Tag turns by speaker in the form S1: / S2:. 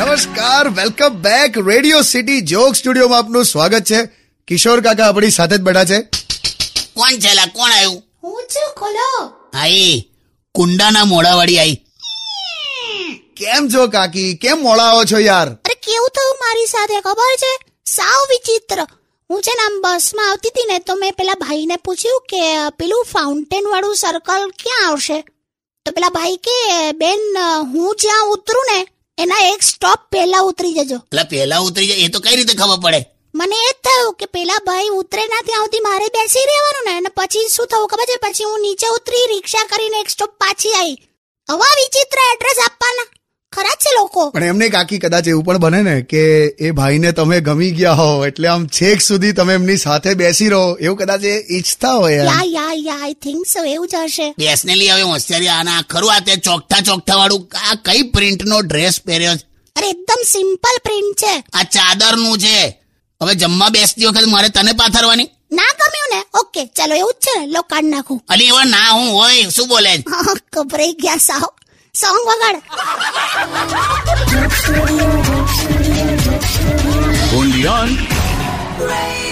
S1: નમસ્કાર welcome back radio city joke સ્ટુડિયોમાં આપનું સ્વાગત છે કિશોર કાકા આપણી સાથે જ બેઠા છે
S2: કોણ છે લા? કોણ આવ્યું
S3: હું છું ખોલો
S2: હા એ કુંડાના મોઢાવાળી આવી
S1: કેમ છો કાકી કેમ મોડા આવો છો યાર
S3: અરે કેવું થયું મારી સાથે ખબર છે સાવ વિચિત્ર હું છે ને આમ બસમાં આવતી હતી ને તો મેં પેલા ભાઈને પૂછ્યું કે અ, પેલું ફાઉન્ટેન વાળું સર્કલ ક્યાં આવશે તો પેલા ભાઈ કે બેન અ, હું જ્યાં ઉતરું ને એના એક સ્ટોપ પહેલા ઉતરી જજો
S2: એટલે પહેલા ઉતરી જાય એ તો કઈ રીતે ખબર પડે
S3: મને એ જ થયું કે પેલા ભાઈ ઉતરે ના ત્યાં સુધી મારે બેસી રહેવાનું ને અને પછી શું થયું ખબર છે પછી હું નીચે ઉતરી રિક્ષા કરીને એક સ્ટોપ પાછી આવી આવા વિચિત્ર એડ્રેસ આપવાના ખરા છે લોકો
S1: પણ એમને કાકી કદાચ એવું પણ બને ને કે એ ભાઈને તમે ગમી ગયા હો એટલે આમ છેક સુધી તમે એમની સાથે બેસી રહો એવું કદાચ એ ઈચ્છતા હોય
S3: યા
S1: યાર
S3: યા યા આઈ થિંક સો એવું જ હશે
S2: બેસને લઈ હવે હોશિયારી આના ખરું આ તે ચોકઠા ચોકઠા વાળું આ કઈ પ્રિન્ટનો ડ્રેસ પહેર્યો છે
S3: અરે એકદમ સિમ્પલ પ્રિન્ટ છે
S2: આ ચાદરનું છે હવે જમવા બેસતી વખત મારે તને પાથરવાની
S3: ના ગમ્યું ને ઓકે ચાલો એવું જ છે ને લો કાઢ નાખું
S2: અલી એવા ના હું હોય શું બોલે છે?
S3: ગભરાઈ ગયા સાવ સોંગ વગાડ
S4: Undian.
S3: Radio